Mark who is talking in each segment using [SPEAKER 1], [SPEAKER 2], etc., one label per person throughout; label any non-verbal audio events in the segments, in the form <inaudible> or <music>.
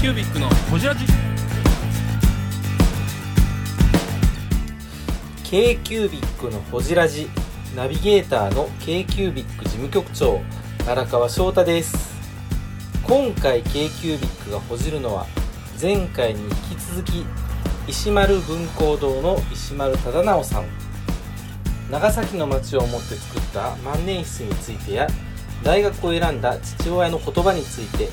[SPEAKER 1] キュービックのホジラジ
[SPEAKER 2] k c ュービックのほじラジナビゲーターの k c ュービック事務局長荒川翔太です今回 k c ュービックがほじるのは前回に引き続き石丸文工堂の石丸忠直さん長崎の町を思って作った万年筆についてや大学を選んだ父親の言葉について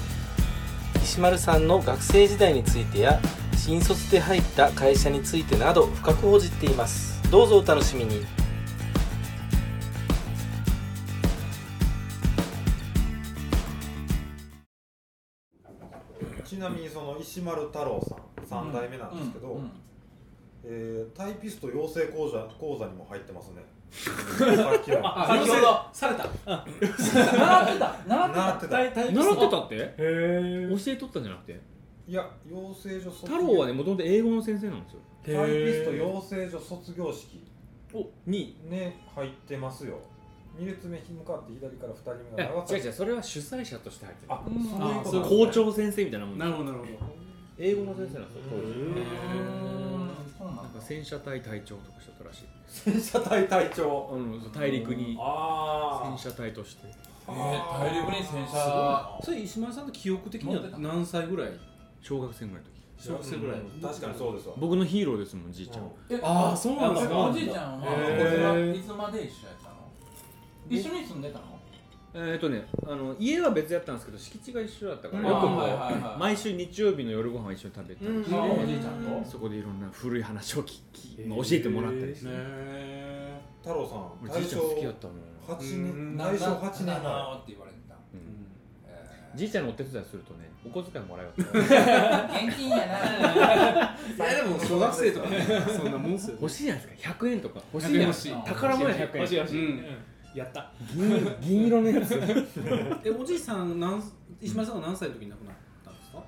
[SPEAKER 2] 石丸さんの学生時代についてや新卒で入った会社についてなど深く報じっていますどうぞお楽しみに
[SPEAKER 3] ちなみにその石丸太郎さん3代目なんですけど、
[SPEAKER 1] うんうん
[SPEAKER 3] えータイピスト養成講座講座にも入ってますねさっきの
[SPEAKER 1] あ
[SPEAKER 4] 先ほどされた習ってた
[SPEAKER 3] 習ってたい
[SPEAKER 4] 大
[SPEAKER 1] 習ってたって教
[SPEAKER 4] へ
[SPEAKER 1] えとったんじゃなくて
[SPEAKER 3] や養成所卒
[SPEAKER 1] 太郎はねもともと英語の先生なんですよ
[SPEAKER 3] タイピスト養成所卒業式
[SPEAKER 1] おに
[SPEAKER 3] ね入ってますよ2列目向かって左から2人目が長
[SPEAKER 1] 違う
[SPEAKER 3] 崎
[SPEAKER 1] 違うそれは主催者として入ってる
[SPEAKER 3] あそういう
[SPEAKER 4] あ
[SPEAKER 3] こ
[SPEAKER 1] そ
[SPEAKER 3] と
[SPEAKER 1] う
[SPEAKER 3] なんだ
[SPEAKER 1] 校長先生みたいなもん
[SPEAKER 4] なるほどなるほど
[SPEAKER 1] 英語の先生なんですよ当
[SPEAKER 3] へ
[SPEAKER 1] 時
[SPEAKER 4] うんそうな
[SPEAKER 1] なん
[SPEAKER 4] ん
[SPEAKER 1] か
[SPEAKER 4] だ
[SPEAKER 1] 戦車隊隊長とかしとったらしい
[SPEAKER 3] 戦車隊隊
[SPEAKER 1] あ
[SPEAKER 3] 長
[SPEAKER 1] のそう大陸に
[SPEAKER 3] あ
[SPEAKER 1] 戦車隊として
[SPEAKER 4] えー大陸に戦車
[SPEAKER 1] それ石丸さんの記憶的には何歳ぐらい小学生ぐらいの時小学生ぐらい
[SPEAKER 3] 確かにそうですわ
[SPEAKER 1] 僕のヒーローですもんじいちゃんは
[SPEAKER 4] え
[SPEAKER 1] あーそうなんだ
[SPEAKER 4] やっぱりおじいちゃんは
[SPEAKER 3] へー
[SPEAKER 4] いつまで一緒やったの一緒に住んでたの
[SPEAKER 1] えーっとねあの家は別やったんですけど敷地が一緒だったか
[SPEAKER 4] あー
[SPEAKER 1] らよくこう
[SPEAKER 4] はいはいはい
[SPEAKER 1] 毎週日曜日の夜ご飯を一緒に食べたりして
[SPEAKER 4] まあおじいちゃんと
[SPEAKER 1] そこでいろんな古い話を聞き、まあ、教えてもらったりして、
[SPEAKER 3] ね太郎さん
[SPEAKER 1] 俺
[SPEAKER 3] 大
[SPEAKER 1] じいちゃん好きやっ
[SPEAKER 3] 正
[SPEAKER 1] たもん、
[SPEAKER 3] 8人
[SPEAKER 4] な
[SPEAKER 3] 大正8人
[SPEAKER 4] な
[SPEAKER 3] 前
[SPEAKER 4] なって言われてた
[SPEAKER 1] うん
[SPEAKER 4] え
[SPEAKER 1] じいちゃんのお手伝いするとねお小遣いもらえよ
[SPEAKER 4] ー現金やな
[SPEAKER 5] いやでも小学生とかねそんなもんっすよ、
[SPEAKER 1] 欲しいじゃないですか100円とか欲しいじ
[SPEAKER 5] 100円
[SPEAKER 1] ゃな
[SPEAKER 5] 欲
[SPEAKER 1] い
[SPEAKER 5] しい
[SPEAKER 1] 宝物や100円
[SPEAKER 5] 欲しい欲しい、
[SPEAKER 1] うん
[SPEAKER 5] やった
[SPEAKER 1] 銀銀色のやつ <laughs> いや
[SPEAKER 5] えおじいさんなん石丸さんは何歳の時に亡くなったんですか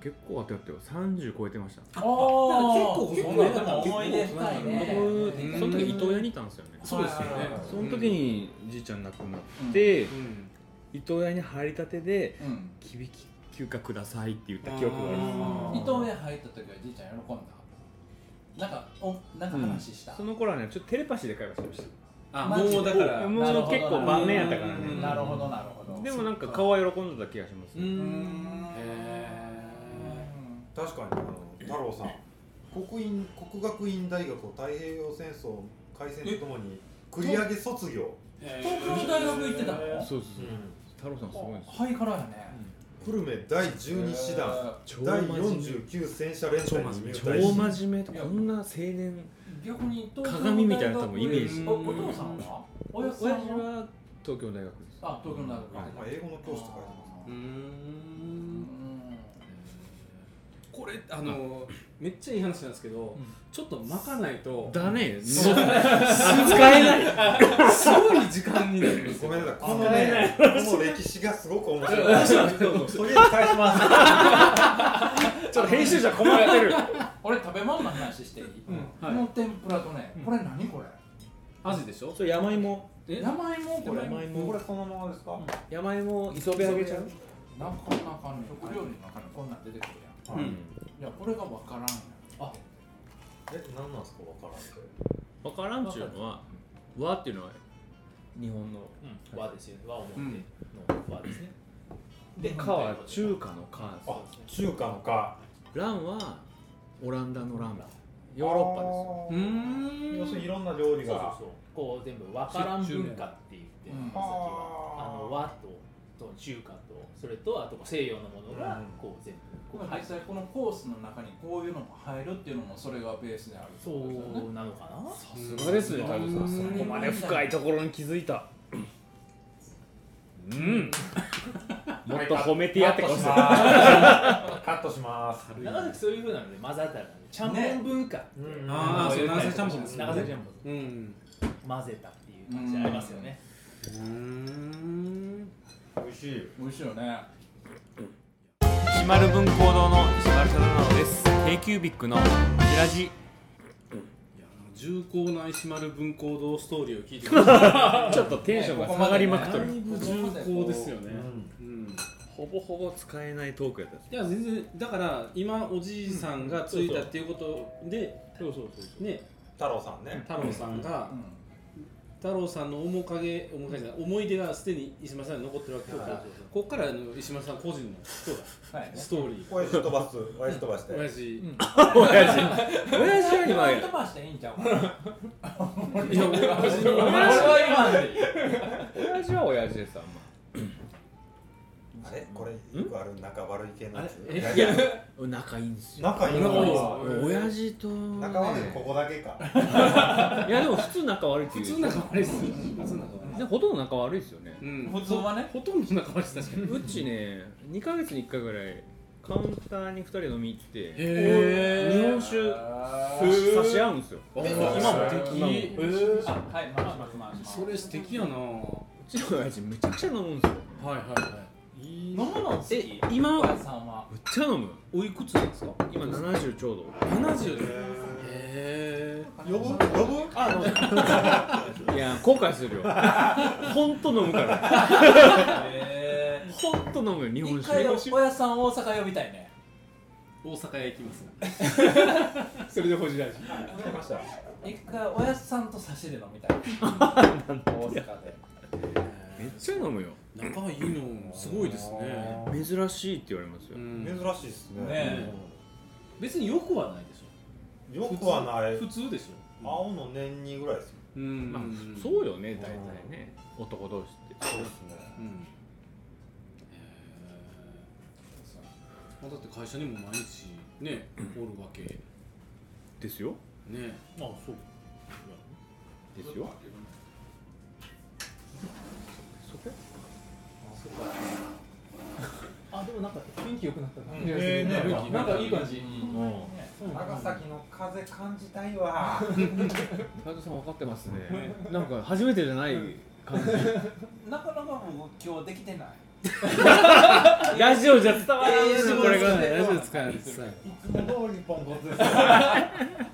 [SPEAKER 1] 結構あとやったよ30超えてました
[SPEAKER 4] おー
[SPEAKER 5] 結構
[SPEAKER 4] そんなんでも思い出深いね
[SPEAKER 1] 僕
[SPEAKER 4] うん
[SPEAKER 1] その時伊東屋にいたんですよね
[SPEAKER 5] そうですよね
[SPEAKER 1] その時にじいちゃん亡くなって、
[SPEAKER 5] うん
[SPEAKER 1] 伊東屋に入りたてで
[SPEAKER 4] うん
[SPEAKER 1] 「きびき休暇ください」って言った記憶がある
[SPEAKER 5] あ
[SPEAKER 4] 伊藤園入った時はじいちゃん喜んだなんかおなんか話した、
[SPEAKER 1] その頃はねちょっとテレパシーで会話してました
[SPEAKER 5] あ
[SPEAKER 4] マジ
[SPEAKER 5] もうだから
[SPEAKER 1] もう
[SPEAKER 4] なるほど
[SPEAKER 1] 結構晩年やったから
[SPEAKER 5] うん
[SPEAKER 4] な
[SPEAKER 1] ね
[SPEAKER 4] るほどなるほど
[SPEAKER 1] でもなんか顔は喜んでた気がします、
[SPEAKER 5] うー
[SPEAKER 4] うー
[SPEAKER 5] ん
[SPEAKER 4] ん
[SPEAKER 3] 確かにあの太郎さん国院国学院大学を太平洋戦争開戦とともに繰り上げ卒業、
[SPEAKER 4] 東京の大学行ってたの
[SPEAKER 1] そうそうそう太郎さんすごいんですよ
[SPEAKER 4] ハイカラやね
[SPEAKER 3] 久留米第12師団
[SPEAKER 1] 超
[SPEAKER 3] 第
[SPEAKER 1] 真面目
[SPEAKER 3] 49戦車連隊に入隊
[SPEAKER 1] 超
[SPEAKER 3] し
[SPEAKER 1] 真面目とこんな青年
[SPEAKER 4] 逆に東京の大学
[SPEAKER 1] 鏡みたいな多分イメー
[SPEAKER 5] ジ
[SPEAKER 4] おお父さんはおや
[SPEAKER 1] 親
[SPEAKER 4] す
[SPEAKER 1] 父
[SPEAKER 4] さんは
[SPEAKER 1] は東京大学です
[SPEAKER 4] あ東京の大学行
[SPEAKER 3] あ
[SPEAKER 4] ってた
[SPEAKER 3] まあ英語の教師とか
[SPEAKER 5] うー
[SPEAKER 4] うんん
[SPEAKER 5] これあのめっちゃいい話なんですけど
[SPEAKER 4] ん
[SPEAKER 5] ちょっと巻かないと
[SPEAKER 1] だね使えない
[SPEAKER 5] すごい時 <laughs> 間になるんです
[SPEAKER 3] ご
[SPEAKER 5] よ
[SPEAKER 3] めんなさいこの
[SPEAKER 4] あ使
[SPEAKER 3] ねこの歴史がすごく面白いとりあえず返します
[SPEAKER 1] ちょっと編集者困ってる
[SPEAKER 4] 俺食べ物の話していい
[SPEAKER 5] うん
[SPEAKER 4] こ
[SPEAKER 5] はい
[SPEAKER 4] の天ぷらとねこれ何こ
[SPEAKER 5] アジでしょ
[SPEAKER 1] それ山芋
[SPEAKER 4] れ
[SPEAKER 5] え
[SPEAKER 4] 山芋これ
[SPEAKER 1] 山
[SPEAKER 3] こ
[SPEAKER 1] 芋
[SPEAKER 3] れそのままですか、
[SPEAKER 1] 山芋磯辺揚げちゃう
[SPEAKER 4] なかなかね食料理の中にこんなん出てくるやん
[SPEAKER 5] うん
[SPEAKER 4] いやこれがわからんやんあ
[SPEAKER 3] え何なんですかわからんって
[SPEAKER 1] わからんっちゅうのは和っていうのは日本の和ですよね和を持
[SPEAKER 5] っての
[SPEAKER 1] 和ですねで「か」は中華の「か」です
[SPEAKER 3] あ中華のか
[SPEAKER 1] ランはオランダのランヨーロッパですよ
[SPEAKER 5] うーん
[SPEAKER 3] 要するにいろんな料理が
[SPEAKER 6] そうそうこう全部和からん文化って言って
[SPEAKER 4] うん
[SPEAKER 6] さっきはあの和とと中華とそれとあと西洋のものが
[SPEAKER 3] うん
[SPEAKER 6] こう全部こう入
[SPEAKER 4] 実
[SPEAKER 6] っ
[SPEAKER 4] 際このコースの中にこういうのも入るっていうのもそれがベースであるって
[SPEAKER 6] そ
[SPEAKER 4] ことですよね
[SPEAKER 6] うなのかな
[SPEAKER 1] さすがですね太郎さん
[SPEAKER 5] うん
[SPEAKER 1] そこまで深いところに気づいたうんもっと褒めてやってこそ
[SPEAKER 3] カットします
[SPEAKER 6] 長崎そういうふうなので混ざったらねちゃんぽん文化って
[SPEAKER 3] ね
[SPEAKER 5] あーそう長崎ちゃんぽんですね
[SPEAKER 6] 長崎ちゃんぽん
[SPEAKER 5] うん
[SPEAKER 6] 混ぜたっていう感じありますよね
[SPEAKER 5] うーん
[SPEAKER 3] 美味しい
[SPEAKER 4] 美味しいよね
[SPEAKER 2] 石丸文工堂の石丸忠直です k q ビックのほじラジ
[SPEAKER 5] いや重厚な石丸文庫堂ストーリーを聞いてください <laughs>
[SPEAKER 1] ちょっとテンションが下がりまくっとる
[SPEAKER 5] 重厚ですよね
[SPEAKER 3] うん
[SPEAKER 5] うん
[SPEAKER 1] ほぼほぼ使えないトークやったんです
[SPEAKER 5] いや全然だから今おじいさんがついたっていうことで、
[SPEAKER 1] そうそうそうそう
[SPEAKER 5] ね
[SPEAKER 3] 太郎さんね、
[SPEAKER 5] 太郎さんが、
[SPEAKER 4] うん
[SPEAKER 5] 太郎さんの面影面影じゃない思い出がすでに石丸さんに残ってるわけだから
[SPEAKER 1] そうそうそう
[SPEAKER 5] ここからあの石丸さん個人の
[SPEAKER 4] はいね
[SPEAKER 5] ストーリ
[SPEAKER 3] 親父飛ばす親父飛ばして
[SPEAKER 5] ー親父、
[SPEAKER 1] 親父親父は今
[SPEAKER 4] 今飛ばしていいんちゃうかな
[SPEAKER 5] いや俺は
[SPEAKER 4] 俺は今でいい
[SPEAKER 1] 親父は親父ですあんま
[SPEAKER 3] あれこれよくある仲悪い系のやつ
[SPEAKER 5] あれえ
[SPEAKER 1] いや、仲いいんですよ。
[SPEAKER 3] 仲いい
[SPEAKER 5] 仲いいです
[SPEAKER 3] の
[SPEAKER 5] よ
[SPEAKER 1] うん親父と、ね。
[SPEAKER 3] 仲悪いのここだけか
[SPEAKER 1] いや、でも普通仲悪いって
[SPEAKER 5] 普
[SPEAKER 1] いう。
[SPEAKER 5] 通仲悪いですよ普通仲悪い
[SPEAKER 1] でほとんど仲悪いですよね。
[SPEAKER 5] うん
[SPEAKER 4] 普通はね
[SPEAKER 5] ほとんど仲悪いです確かに
[SPEAKER 1] うちね、2ヶ月に1回ぐらい、カウンターに2人で飲み行って、
[SPEAKER 5] へ
[SPEAKER 1] 日本酒差し合うんですよ。
[SPEAKER 5] お
[SPEAKER 1] 今
[SPEAKER 5] ー
[SPEAKER 1] も。今も
[SPEAKER 5] え
[SPEAKER 1] う
[SPEAKER 5] ー
[SPEAKER 4] あはい回します回します
[SPEAKER 5] それ素敵やなは
[SPEAKER 1] ちの親父めちゃくちゃ飲むんですよ。
[SPEAKER 5] いはいは
[SPEAKER 4] 飲むの好き
[SPEAKER 1] え今
[SPEAKER 4] お母さんは
[SPEAKER 1] めっちゃ飲む。
[SPEAKER 5] いおいくつなんですか
[SPEAKER 1] 今70ちょう
[SPEAKER 5] 70でへえ
[SPEAKER 3] 呼ぶ呼ぶあ
[SPEAKER 1] ど。いや、後悔する <laughs> よ。ほんと飲むから。
[SPEAKER 4] えー
[SPEAKER 1] ほんと飲むよ、日本 <laughs>
[SPEAKER 4] 一回
[SPEAKER 1] 酒。
[SPEAKER 4] 親さん大阪呼びたいね
[SPEAKER 5] 大阪へ行きますね
[SPEAKER 1] それでほじらじ。
[SPEAKER 3] 来ました
[SPEAKER 4] 一回親さんと差しで飲みたい
[SPEAKER 1] <laughs>
[SPEAKER 4] 大阪で
[SPEAKER 1] めっちゃ飲むよ。
[SPEAKER 5] 仲いいのすごいですね
[SPEAKER 1] 珍しいって言われますよ。
[SPEAKER 5] うん
[SPEAKER 3] 珍しいですね
[SPEAKER 4] ね
[SPEAKER 5] 別によくはないでし
[SPEAKER 3] うんよくはない
[SPEAKER 5] ょ普通でしょ
[SPEAKER 3] 青の年にぐらいですよ
[SPEAKER 5] うん
[SPEAKER 1] まあ、そうよね、大体ね。男同士って。
[SPEAKER 3] そうですね
[SPEAKER 5] うんへーまあだって会社にも毎日ねおるわけね
[SPEAKER 1] ですよ。
[SPEAKER 6] あそう
[SPEAKER 1] ですよ。そこ
[SPEAKER 6] あでもなんか雰囲気良くなったな、
[SPEAKER 3] うんえーね
[SPEAKER 6] なんかいい感じ、
[SPEAKER 3] 長崎の風感じたいわ
[SPEAKER 1] 斉藤さん分かってますね。なんか初めてじゃない感じ。
[SPEAKER 4] なかなか僕今日できてない
[SPEAKER 1] ラジオじゃ伝わらん
[SPEAKER 5] え
[SPEAKER 1] の
[SPEAKER 5] こ
[SPEAKER 1] これ
[SPEAKER 5] れ
[SPEAKER 1] が
[SPEAKER 5] が
[SPEAKER 1] ね。
[SPEAKER 5] 大丈夫使えないですはい
[SPEAKER 3] いつも通りポンコツです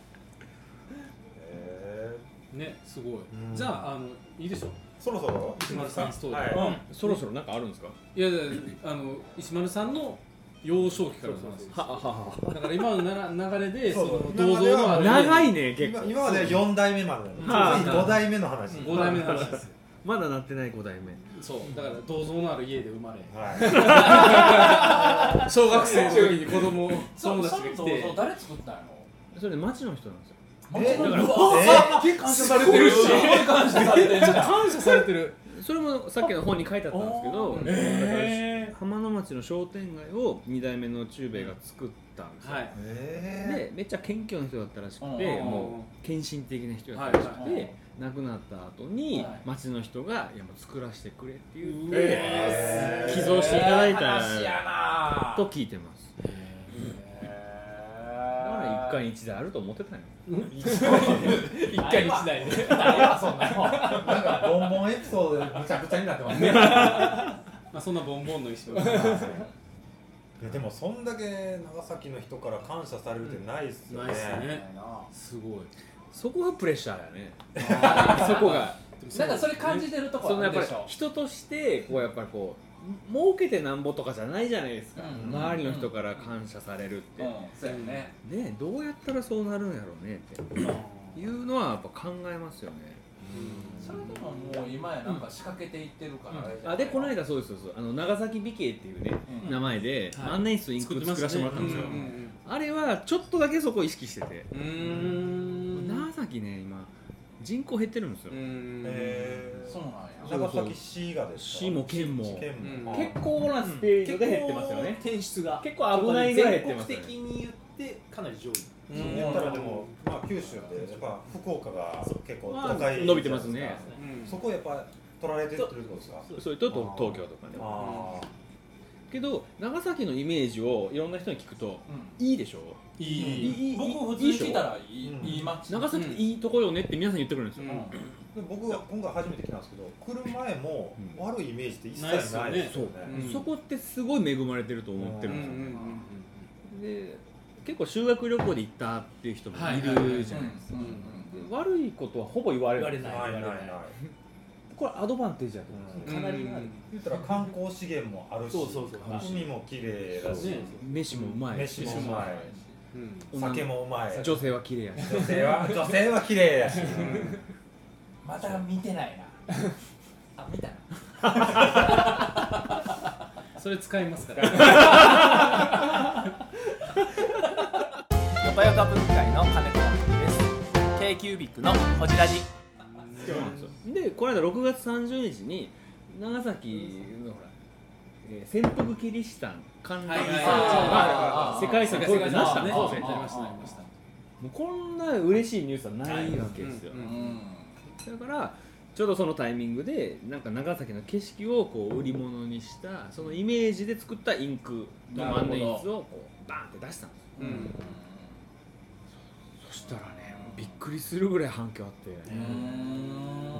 [SPEAKER 3] え
[SPEAKER 5] ねすごい
[SPEAKER 3] ん
[SPEAKER 5] じゃああのいいでしょ
[SPEAKER 3] ーそろそろ
[SPEAKER 5] 石丸さんストーリー
[SPEAKER 3] はい
[SPEAKER 1] そろそろなんかあるんですか。
[SPEAKER 5] いやいやあの石丸さんの幼少期からの話です
[SPEAKER 1] はは
[SPEAKER 5] だから今のなら流れでそ
[SPEAKER 3] そう
[SPEAKER 5] の
[SPEAKER 3] 今
[SPEAKER 5] 銅
[SPEAKER 3] まで
[SPEAKER 5] 像
[SPEAKER 3] は
[SPEAKER 5] のあ
[SPEAKER 1] は。
[SPEAKER 5] る
[SPEAKER 1] 長いね、結
[SPEAKER 3] 今
[SPEAKER 1] 構。
[SPEAKER 3] 今までは4代目まで
[SPEAKER 5] はい
[SPEAKER 3] 次5代目の話
[SPEAKER 5] 5代目の話ですよ
[SPEAKER 1] まだなってない五代目。
[SPEAKER 5] そうだから銅像のある家で生まれ
[SPEAKER 3] はい
[SPEAKER 5] 小学生の時に子供友達が来
[SPEAKER 4] そうそう
[SPEAKER 5] て
[SPEAKER 4] そう誰作ったんや
[SPEAKER 1] それで町の人なんですよ。
[SPEAKER 4] ろ
[SPEAKER 3] え
[SPEAKER 4] う
[SPEAKER 3] だから
[SPEAKER 4] わ
[SPEAKER 3] え
[SPEAKER 4] 感謝され
[SPEAKER 1] <laughs>
[SPEAKER 4] てるし感謝されてるじゃん
[SPEAKER 5] 感謝されてる
[SPEAKER 1] それもさっきの本に書いてあったんですけど、だから浜野町の商店街を二代目の中兵衛が作ったんですよ。
[SPEAKER 5] はい
[SPEAKER 3] え
[SPEAKER 1] でめっちゃ謙虚な人だったらしく
[SPEAKER 4] うんうん
[SPEAKER 1] て
[SPEAKER 4] うん
[SPEAKER 1] もう献身的な人だったらしく
[SPEAKER 4] はいはいは
[SPEAKER 1] て
[SPEAKER 4] い
[SPEAKER 1] 亡くなった後に
[SPEAKER 4] はい
[SPEAKER 1] 町の人がいやもう作らせてくれって言っ
[SPEAKER 5] うわ
[SPEAKER 1] て
[SPEAKER 3] えー
[SPEAKER 1] 寄贈していただいた
[SPEAKER 4] 話やな
[SPEAKER 1] と聞いてますだから
[SPEAKER 4] 一
[SPEAKER 1] 一回に一台あると思ってたんよ
[SPEAKER 4] 一回にしないでないわそんなもん
[SPEAKER 3] ーなんかボンボンエピソードでぐちゃぐちゃになってますね
[SPEAKER 5] まあそんなボンボンの石丸
[SPEAKER 3] いやでもそんだけ長崎の人から感謝されるってないっすよね
[SPEAKER 5] ないっすねすごい
[SPEAKER 1] そこがプレッシャ
[SPEAKER 4] <laughs>
[SPEAKER 1] ーだよねそこが
[SPEAKER 4] なんかそれ感じてるとこ
[SPEAKER 1] その
[SPEAKER 4] あ
[SPEAKER 1] やっ
[SPEAKER 4] る
[SPEAKER 1] ぱり
[SPEAKER 4] でしょ
[SPEAKER 1] 人としてこうやっぱりこう儲けてなんぼとかじゃないじゃないですか
[SPEAKER 4] うんうん
[SPEAKER 1] 周りの人から感謝されるって
[SPEAKER 4] うんそうやね
[SPEAKER 1] ねどうやったらそうなるんやろうねっていうのはやっぱ考えますよね
[SPEAKER 4] それでももう今やなんか仕掛けていってるかられじゃない
[SPEAKER 1] あでこの間そうですそうですあの長崎美形っていうね、
[SPEAKER 4] うん
[SPEAKER 1] 名前で、
[SPEAKER 5] はい
[SPEAKER 1] 万年筆インク作らせてもらったんですよ、あれはちょっとだけそこを意識してて、
[SPEAKER 5] うんうん
[SPEAKER 1] 長崎ね今人口減ってるんですよ、
[SPEAKER 5] え
[SPEAKER 3] えー
[SPEAKER 4] そうなんや
[SPEAKER 3] 長崎市がですか
[SPEAKER 1] 市も県も
[SPEAKER 3] 県も
[SPEAKER 5] うん
[SPEAKER 3] 結構
[SPEAKER 1] 構なスペー
[SPEAKER 6] 結構転出が
[SPEAKER 1] 結構危ないぐらい減ってま
[SPEAKER 6] 全国
[SPEAKER 1] すよね
[SPEAKER 6] 的に言ってかなり上位
[SPEAKER 3] 言ったらでもまあ九州ってやっぱ福岡が結構都会
[SPEAKER 1] 伸びてますね
[SPEAKER 3] そこやっぱ取られてってるってことですか
[SPEAKER 1] それとと東京とかでも
[SPEAKER 3] あ
[SPEAKER 1] けど長崎のイメージをいろんな人に聞くといいでしょ
[SPEAKER 5] い
[SPEAKER 1] い
[SPEAKER 5] い
[SPEAKER 1] いいい
[SPEAKER 4] 僕普通に聞いたらいい
[SPEAKER 3] うん
[SPEAKER 4] いい街
[SPEAKER 1] 長崎っていいとこよねって皆さん言ってくるんですよ、
[SPEAKER 5] うん
[SPEAKER 3] ーで僕は今回初めて来たんですけど来る前も
[SPEAKER 1] うん
[SPEAKER 3] 悪いイメージって一切
[SPEAKER 5] ないっすよ
[SPEAKER 3] な
[SPEAKER 5] ね
[SPEAKER 3] いですよ
[SPEAKER 5] う
[SPEAKER 3] ね
[SPEAKER 5] ん
[SPEAKER 1] そこってすごい恵まれてると思ってる
[SPEAKER 5] うんんう
[SPEAKER 1] で
[SPEAKER 5] ん
[SPEAKER 1] すよ、
[SPEAKER 5] うん
[SPEAKER 1] で結構修学旅行で行ったっていう人もいるじゃないですか、
[SPEAKER 4] うんうん
[SPEAKER 1] で悪いことはほぼ言われ
[SPEAKER 6] 言
[SPEAKER 1] るんですよ
[SPEAKER 6] われない
[SPEAKER 3] ないないない
[SPEAKER 1] これアドバンテージだと思うんですよ
[SPEAKER 6] かなりなる
[SPEAKER 3] 言ったら観光資源もあるし
[SPEAKER 6] そうそうそう
[SPEAKER 3] 海も綺麗だし、
[SPEAKER 6] ね
[SPEAKER 1] 飯もうまい
[SPEAKER 3] 飯もうま
[SPEAKER 5] うん
[SPEAKER 3] い酒もうまい
[SPEAKER 1] 女性は綺麗やし
[SPEAKER 3] 女性は女性は綺麗
[SPEAKER 1] <laughs>
[SPEAKER 3] やし
[SPEAKER 4] まだ見てないなあ見たな
[SPEAKER 6] それ使いますから
[SPEAKER 7] ヨタヨタ文化の金子です k キュービックのホジラジ
[SPEAKER 1] でこの間6月30日に長崎のほら、えー、潜伏キリシタン関連遺産が世界遺産登録になったんですよ
[SPEAKER 6] そうですねなりましたなりました
[SPEAKER 1] もうこんな嬉しいニュースはないわけですよ、
[SPEAKER 5] うんうん
[SPEAKER 1] だからちょうどそのタイミングでなんか長崎の景色をこう売り物にしたそのイメージで作ったインクの万年筆をこうバーンって出したんです
[SPEAKER 5] うんうん
[SPEAKER 1] そしたらねもうびっくりするぐらい反響あって、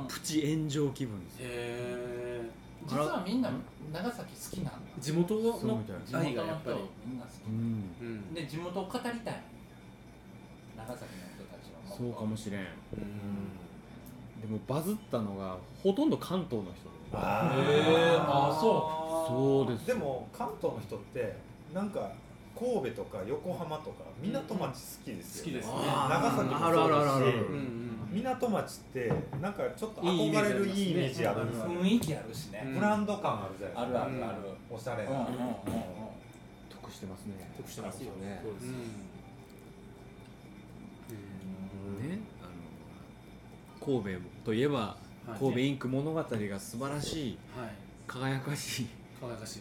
[SPEAKER 1] プチ炎上気分ですよ
[SPEAKER 5] へ
[SPEAKER 4] 実はみんな長崎好きなんだ
[SPEAKER 5] ー地元
[SPEAKER 1] そう
[SPEAKER 5] の
[SPEAKER 1] みたいな
[SPEAKER 4] 地
[SPEAKER 5] 愛
[SPEAKER 4] 元
[SPEAKER 5] が
[SPEAKER 4] の
[SPEAKER 5] やっぱ
[SPEAKER 4] 人
[SPEAKER 5] り
[SPEAKER 4] みんな好
[SPEAKER 1] うん
[SPEAKER 5] うん
[SPEAKER 4] きで地元を語りたい長崎の人たちは
[SPEAKER 1] そうかもしれん
[SPEAKER 5] うん
[SPEAKER 1] でもバズったのがほとんど関東の人
[SPEAKER 3] あ
[SPEAKER 4] へーあそう
[SPEAKER 1] そうです
[SPEAKER 3] でも関東の人ってなんか神戸とか横浜とか港町好きですよ、
[SPEAKER 6] 好きですね
[SPEAKER 3] 長崎もそうだし
[SPEAKER 1] あるあるあるあ
[SPEAKER 5] う
[SPEAKER 1] る
[SPEAKER 5] ん
[SPEAKER 3] 港町ってなんかちょっと
[SPEAKER 5] いいイメー
[SPEAKER 3] 憧れ
[SPEAKER 5] ジあり
[SPEAKER 3] る
[SPEAKER 5] ますね
[SPEAKER 3] いいイメージあるんですよ
[SPEAKER 4] 雰囲気あるしね、
[SPEAKER 3] ブランド感あるじゃ
[SPEAKER 4] あ
[SPEAKER 3] ないです
[SPEAKER 4] る
[SPEAKER 3] か
[SPEAKER 4] あるある、
[SPEAKER 3] おしゃれ
[SPEAKER 4] うんうん
[SPEAKER 3] な、
[SPEAKER 4] うんうん
[SPEAKER 1] 得してますね
[SPEAKER 6] 得してますよ
[SPEAKER 1] ね
[SPEAKER 6] そう
[SPEAKER 5] うん
[SPEAKER 6] です
[SPEAKER 1] ねあの神戸といえば
[SPEAKER 5] はい
[SPEAKER 1] 神戸インク物語が素晴らしい
[SPEAKER 5] はい
[SPEAKER 1] 輝かしい
[SPEAKER 5] 輝かしい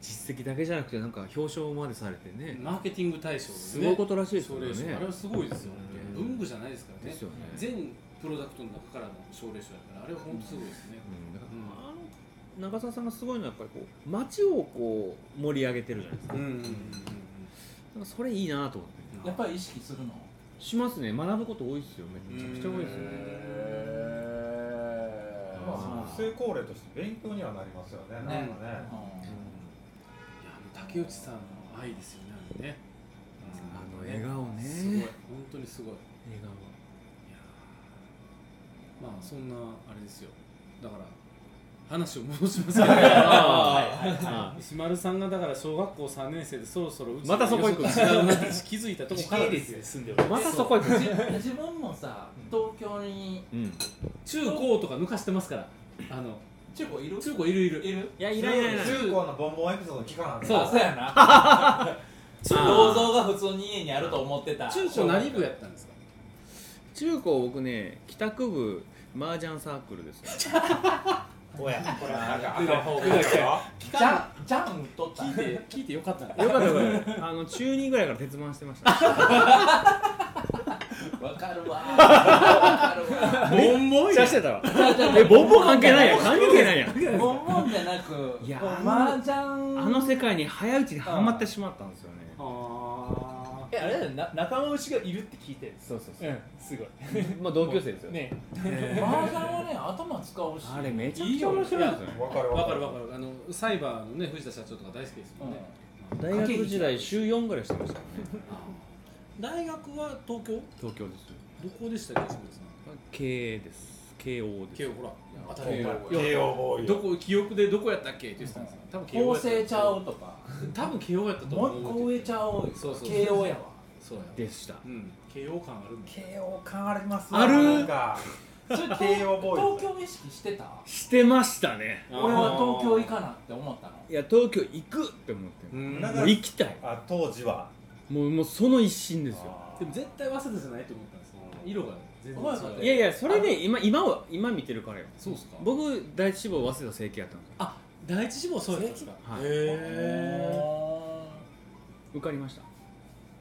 [SPEAKER 1] 実績だけじゃなくてなんか表彰までされてね
[SPEAKER 5] <laughs> マーケティング大賞です
[SPEAKER 1] す
[SPEAKER 5] ね
[SPEAKER 1] ごいことらしいです
[SPEAKER 5] そ
[SPEAKER 1] よ
[SPEAKER 5] れ
[SPEAKER 1] ね
[SPEAKER 5] あれはすごいですよ、
[SPEAKER 1] うん
[SPEAKER 5] 文具じゃないですから
[SPEAKER 1] で
[SPEAKER 5] ね
[SPEAKER 1] すよね
[SPEAKER 5] 全プロダクトの中からの奨励賞だからあれは本当すごいですね、
[SPEAKER 1] うんだか
[SPEAKER 5] うん
[SPEAKER 1] らあの長澤さんがすごいのはやっぱりこう街をこう盛り上げてるじゃないですか
[SPEAKER 5] うんうんうん
[SPEAKER 1] なんかそれいいなと思って
[SPEAKER 4] やっぱり意識するの
[SPEAKER 1] しますね学ぶこと多いですよめちゃくちゃ多いですよね
[SPEAKER 4] へ
[SPEAKER 3] まあ成功例として勉強にはなりますよねなんかね
[SPEAKER 5] いや竹内さんの愛ですよねあれね
[SPEAKER 1] あの笑顔ね
[SPEAKER 5] すごい本当にすごいい
[SPEAKER 1] 笑顔
[SPEAKER 5] やーまあそんなあれですよだから話を戻しますけど
[SPEAKER 1] あ
[SPEAKER 5] 石丸さんがだから小学校3年生でそろそろうち
[SPEAKER 1] またそこ行く
[SPEAKER 5] よそと違うなって気づいたとこ
[SPEAKER 6] 時
[SPEAKER 5] から
[SPEAKER 6] 系
[SPEAKER 5] です
[SPEAKER 6] 列
[SPEAKER 5] よ
[SPEAKER 6] で住んでお
[SPEAKER 1] ま
[SPEAKER 6] ります
[SPEAKER 1] たそこ行く
[SPEAKER 4] 自自分もさ東京に
[SPEAKER 1] うんい
[SPEAKER 5] 中高とか抜かしてますからあの
[SPEAKER 4] 中高いる
[SPEAKER 5] 中高いるいる
[SPEAKER 4] いる
[SPEAKER 1] やいらないいらない
[SPEAKER 3] 中高のボンボンエピソード聞かな
[SPEAKER 4] そう
[SPEAKER 3] う
[SPEAKER 4] そうやな銅像が普通に家にあると思ってた
[SPEAKER 5] 中高何部やったんですか
[SPEAKER 1] 中高僕ね帰宅部麻雀サークルですよ
[SPEAKER 3] おやこれはなんか赤い方
[SPEAKER 4] じゃんじゃん打っとった
[SPEAKER 5] 聞いて聞いてよかったな
[SPEAKER 1] よかったよかった <laughs> あの中2ぐらいから鉄腕してました、 <laughs>
[SPEAKER 4] わかるわわかる
[SPEAKER 5] ボンボン
[SPEAKER 1] めっちゃしてたわ
[SPEAKER 4] わ
[SPEAKER 1] えボンボン関係ないやん関係ないやん
[SPEAKER 4] ボンボンじゃなく
[SPEAKER 1] いや
[SPEAKER 4] こう
[SPEAKER 1] あの
[SPEAKER 4] 麻雀あ
[SPEAKER 1] あの世界に早いうちにハマってしまったんですよね
[SPEAKER 5] あ
[SPEAKER 6] えあれだよな仲間内がいるって聞いてるんです
[SPEAKER 1] そうそう
[SPEAKER 6] うんすごい
[SPEAKER 1] まあ同級生ですよ、
[SPEAKER 6] ね
[SPEAKER 4] 麻雀はね頭使うし
[SPEAKER 1] あれめちゃくちゃ面白いですよね
[SPEAKER 3] わかる
[SPEAKER 5] わ
[SPEAKER 3] わか
[SPEAKER 5] かる
[SPEAKER 3] る
[SPEAKER 5] わかるあのサイバーのね藤田社長とか大好きですもんね、
[SPEAKER 1] 大学時代週4ぐらいしてましたからね
[SPEAKER 5] 大学は東京
[SPEAKER 1] 東京ですよ
[SPEAKER 5] どこでしたっけ石村さん
[SPEAKER 1] 経営です慶応です
[SPEAKER 5] 慶応ほら当た
[SPEAKER 4] 慶応
[SPEAKER 3] 慶応ボーイ
[SPEAKER 5] どこ記憶でどこやったっけって言ってたんですよ多分慶応
[SPEAKER 4] 構
[SPEAKER 5] やった
[SPEAKER 4] 成ちゃうとか
[SPEAKER 5] 多分慶応やったと
[SPEAKER 4] も
[SPEAKER 5] 思う
[SPEAKER 4] う一個上ちゃう
[SPEAKER 5] そうそう
[SPEAKER 4] 慶応やわ
[SPEAKER 5] そうや
[SPEAKER 1] でした
[SPEAKER 5] うん慶応感あるんだ
[SPEAKER 3] 慶応感あります
[SPEAKER 1] ある
[SPEAKER 3] なんか
[SPEAKER 4] それ東
[SPEAKER 3] 慶応ボーイズ
[SPEAKER 4] 東京意識してた
[SPEAKER 1] してましたね
[SPEAKER 4] 俺は東京行かなって思ったの
[SPEAKER 1] いや東京行くって思って
[SPEAKER 5] うん
[SPEAKER 3] なん
[SPEAKER 1] もう行きたい
[SPEAKER 3] あ当時は
[SPEAKER 1] もうもうその一心ですよ
[SPEAKER 5] でも絶対早稲田じゃないと思ったんですよ色が全然違
[SPEAKER 4] お前
[SPEAKER 5] う
[SPEAKER 4] はい
[SPEAKER 1] やいやそれで今今は今見てるからよ
[SPEAKER 5] そうっすか
[SPEAKER 1] 僕第一志望早稲田成形やったんですよ
[SPEAKER 5] あ第一志望そうやったんですか
[SPEAKER 1] はい
[SPEAKER 5] へ
[SPEAKER 1] 受かりました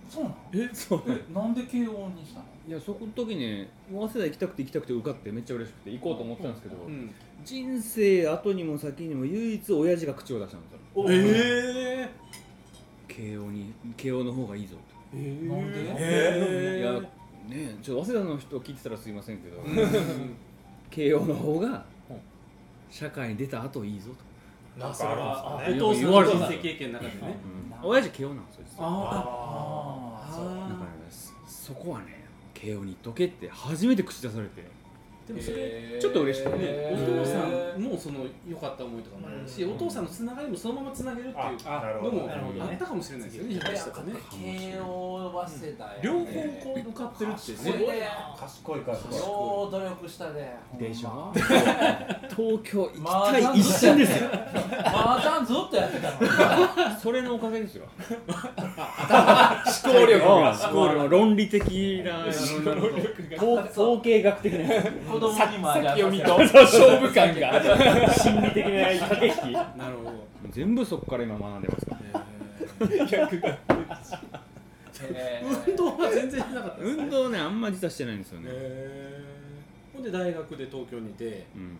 [SPEAKER 4] そうなの
[SPEAKER 5] えそう
[SPEAKER 4] えなんで慶応にしたの
[SPEAKER 1] いやそこの時ね早稲田行きたくて行きたくて受かってめっちゃ嬉しくて行こうと思ってたんですけど、
[SPEAKER 5] うん
[SPEAKER 1] 人生後にも先にも唯一親父が口を出したんですよ
[SPEAKER 5] ええ
[SPEAKER 1] 慶応に慶応の方がいいぞ
[SPEAKER 4] なんで
[SPEAKER 1] とい
[SPEAKER 5] え
[SPEAKER 1] や
[SPEAKER 5] ー
[SPEAKER 1] ねえちょっと早稲田の人聞いてたらすいませんけど慶応の方が社会に出た後いいぞと、
[SPEAKER 3] なんかあるんですかね
[SPEAKER 5] お父さん
[SPEAKER 1] 言われ
[SPEAKER 5] の
[SPEAKER 1] た
[SPEAKER 5] 人生経験の中でね
[SPEAKER 1] 親父慶応なんですよ実は
[SPEAKER 5] あ
[SPEAKER 4] あ
[SPEAKER 5] あ
[SPEAKER 4] あそう
[SPEAKER 1] だからねそそこはね慶応に行っとけって初めて口出されて
[SPEAKER 5] でもそれ
[SPEAKER 1] ちょっと嬉しくね
[SPEAKER 5] お父さんもその良かった思いとかもあるし、
[SPEAKER 6] うん
[SPEAKER 5] お父さんのつながりもそのままつなげるっていう
[SPEAKER 3] あなるほど
[SPEAKER 5] のも
[SPEAKER 3] な
[SPEAKER 6] るほど
[SPEAKER 5] あ
[SPEAKER 6] ね
[SPEAKER 5] ったかもしれないですよね、ひょっとしたらね。
[SPEAKER 4] 慶応は世代、
[SPEAKER 5] 両方こう向かってるって
[SPEAKER 4] すごいね
[SPEAKER 3] 賢い賢い
[SPEAKER 4] よう努力したで
[SPEAKER 1] でし
[SPEAKER 4] ょ
[SPEAKER 1] 東京行き
[SPEAKER 4] ま
[SPEAKER 1] た
[SPEAKER 4] だ
[SPEAKER 1] い一瞬ですよ
[SPEAKER 4] マージャンずっとやってたのに
[SPEAKER 7] <laughs>
[SPEAKER 1] それのおかげですよ
[SPEAKER 7] 思考力が
[SPEAKER 1] スコールの論理的な統統計学的な
[SPEAKER 4] 子供にマージャ
[SPEAKER 7] 読
[SPEAKER 4] ン
[SPEAKER 7] みと勝負感が
[SPEAKER 1] 心理的な駆け引
[SPEAKER 5] なるほど。
[SPEAKER 1] き全部そこから今学んでますから
[SPEAKER 4] え
[SPEAKER 7] <laughs>
[SPEAKER 4] ー
[SPEAKER 5] 運動は全然しなかったですね。
[SPEAKER 1] 運動ねあんま実はしてないんですよね、
[SPEAKER 5] へーほんで大学で東京にいて、
[SPEAKER 1] うん、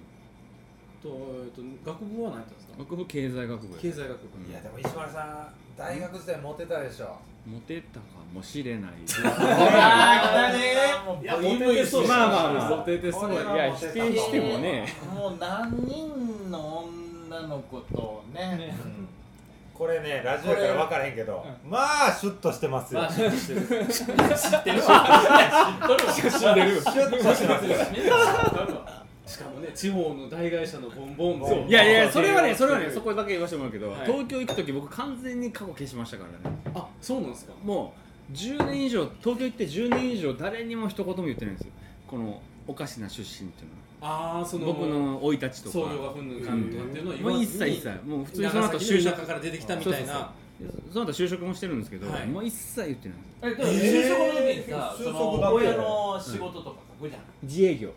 [SPEAKER 5] とえっと学部は何やったんですか
[SPEAKER 1] 学部経済学部
[SPEAKER 5] 経済学部。
[SPEAKER 1] うん
[SPEAKER 3] いやでも石丸さん大学時代モテたでしょ
[SPEAKER 1] モテたかもしれ
[SPEAKER 5] <laughs>
[SPEAKER 1] ない
[SPEAKER 3] あ
[SPEAKER 4] <laughs> いや
[SPEAKER 5] モテてそう
[SPEAKER 1] まあまあまあ
[SPEAKER 5] モテてそう
[SPEAKER 3] これ
[SPEAKER 5] や
[SPEAKER 3] は。
[SPEAKER 1] いや否定してもね
[SPEAKER 4] もう何人の女の子とね
[SPEAKER 3] これねラジオやから分からへんけどまあシュッとしてますよシュッとしてますよ
[SPEAKER 5] しかもね、地方の大会社のボンボン
[SPEAKER 3] そう
[SPEAKER 1] いやいやそれはねそれはねそ
[SPEAKER 5] こ。
[SPEAKER 1] こだけ言わせてもらうけど、
[SPEAKER 5] はい
[SPEAKER 1] 東京行く時僕完全に過去消しましたからね
[SPEAKER 5] あ、そうなんですか。
[SPEAKER 1] もう10年以上東京行って10年以上誰にも一言も言ってないんですよこのおかしな出身っていう
[SPEAKER 5] ああ、そ
[SPEAKER 1] の
[SPEAKER 5] の
[SPEAKER 1] は僕の生い立ちとか
[SPEAKER 5] 創業がふんぬんかんとかっていうのを言
[SPEAKER 1] も
[SPEAKER 5] わ
[SPEAKER 1] う
[SPEAKER 5] ずに
[SPEAKER 1] 一切一切もう普通にその
[SPEAKER 5] 長
[SPEAKER 1] 後
[SPEAKER 5] 崎
[SPEAKER 1] 就
[SPEAKER 5] の
[SPEAKER 1] 職
[SPEAKER 5] 田舎から出てきたみたいな。
[SPEAKER 1] その後就職もしてるんですけど、
[SPEAKER 5] はい
[SPEAKER 1] もう一切言ってないんです
[SPEAKER 4] えでも就職の時にさ、
[SPEAKER 3] えー
[SPEAKER 4] その
[SPEAKER 3] 就職だけ
[SPEAKER 4] 親の仕事とか書くじゃん、
[SPEAKER 1] 自営業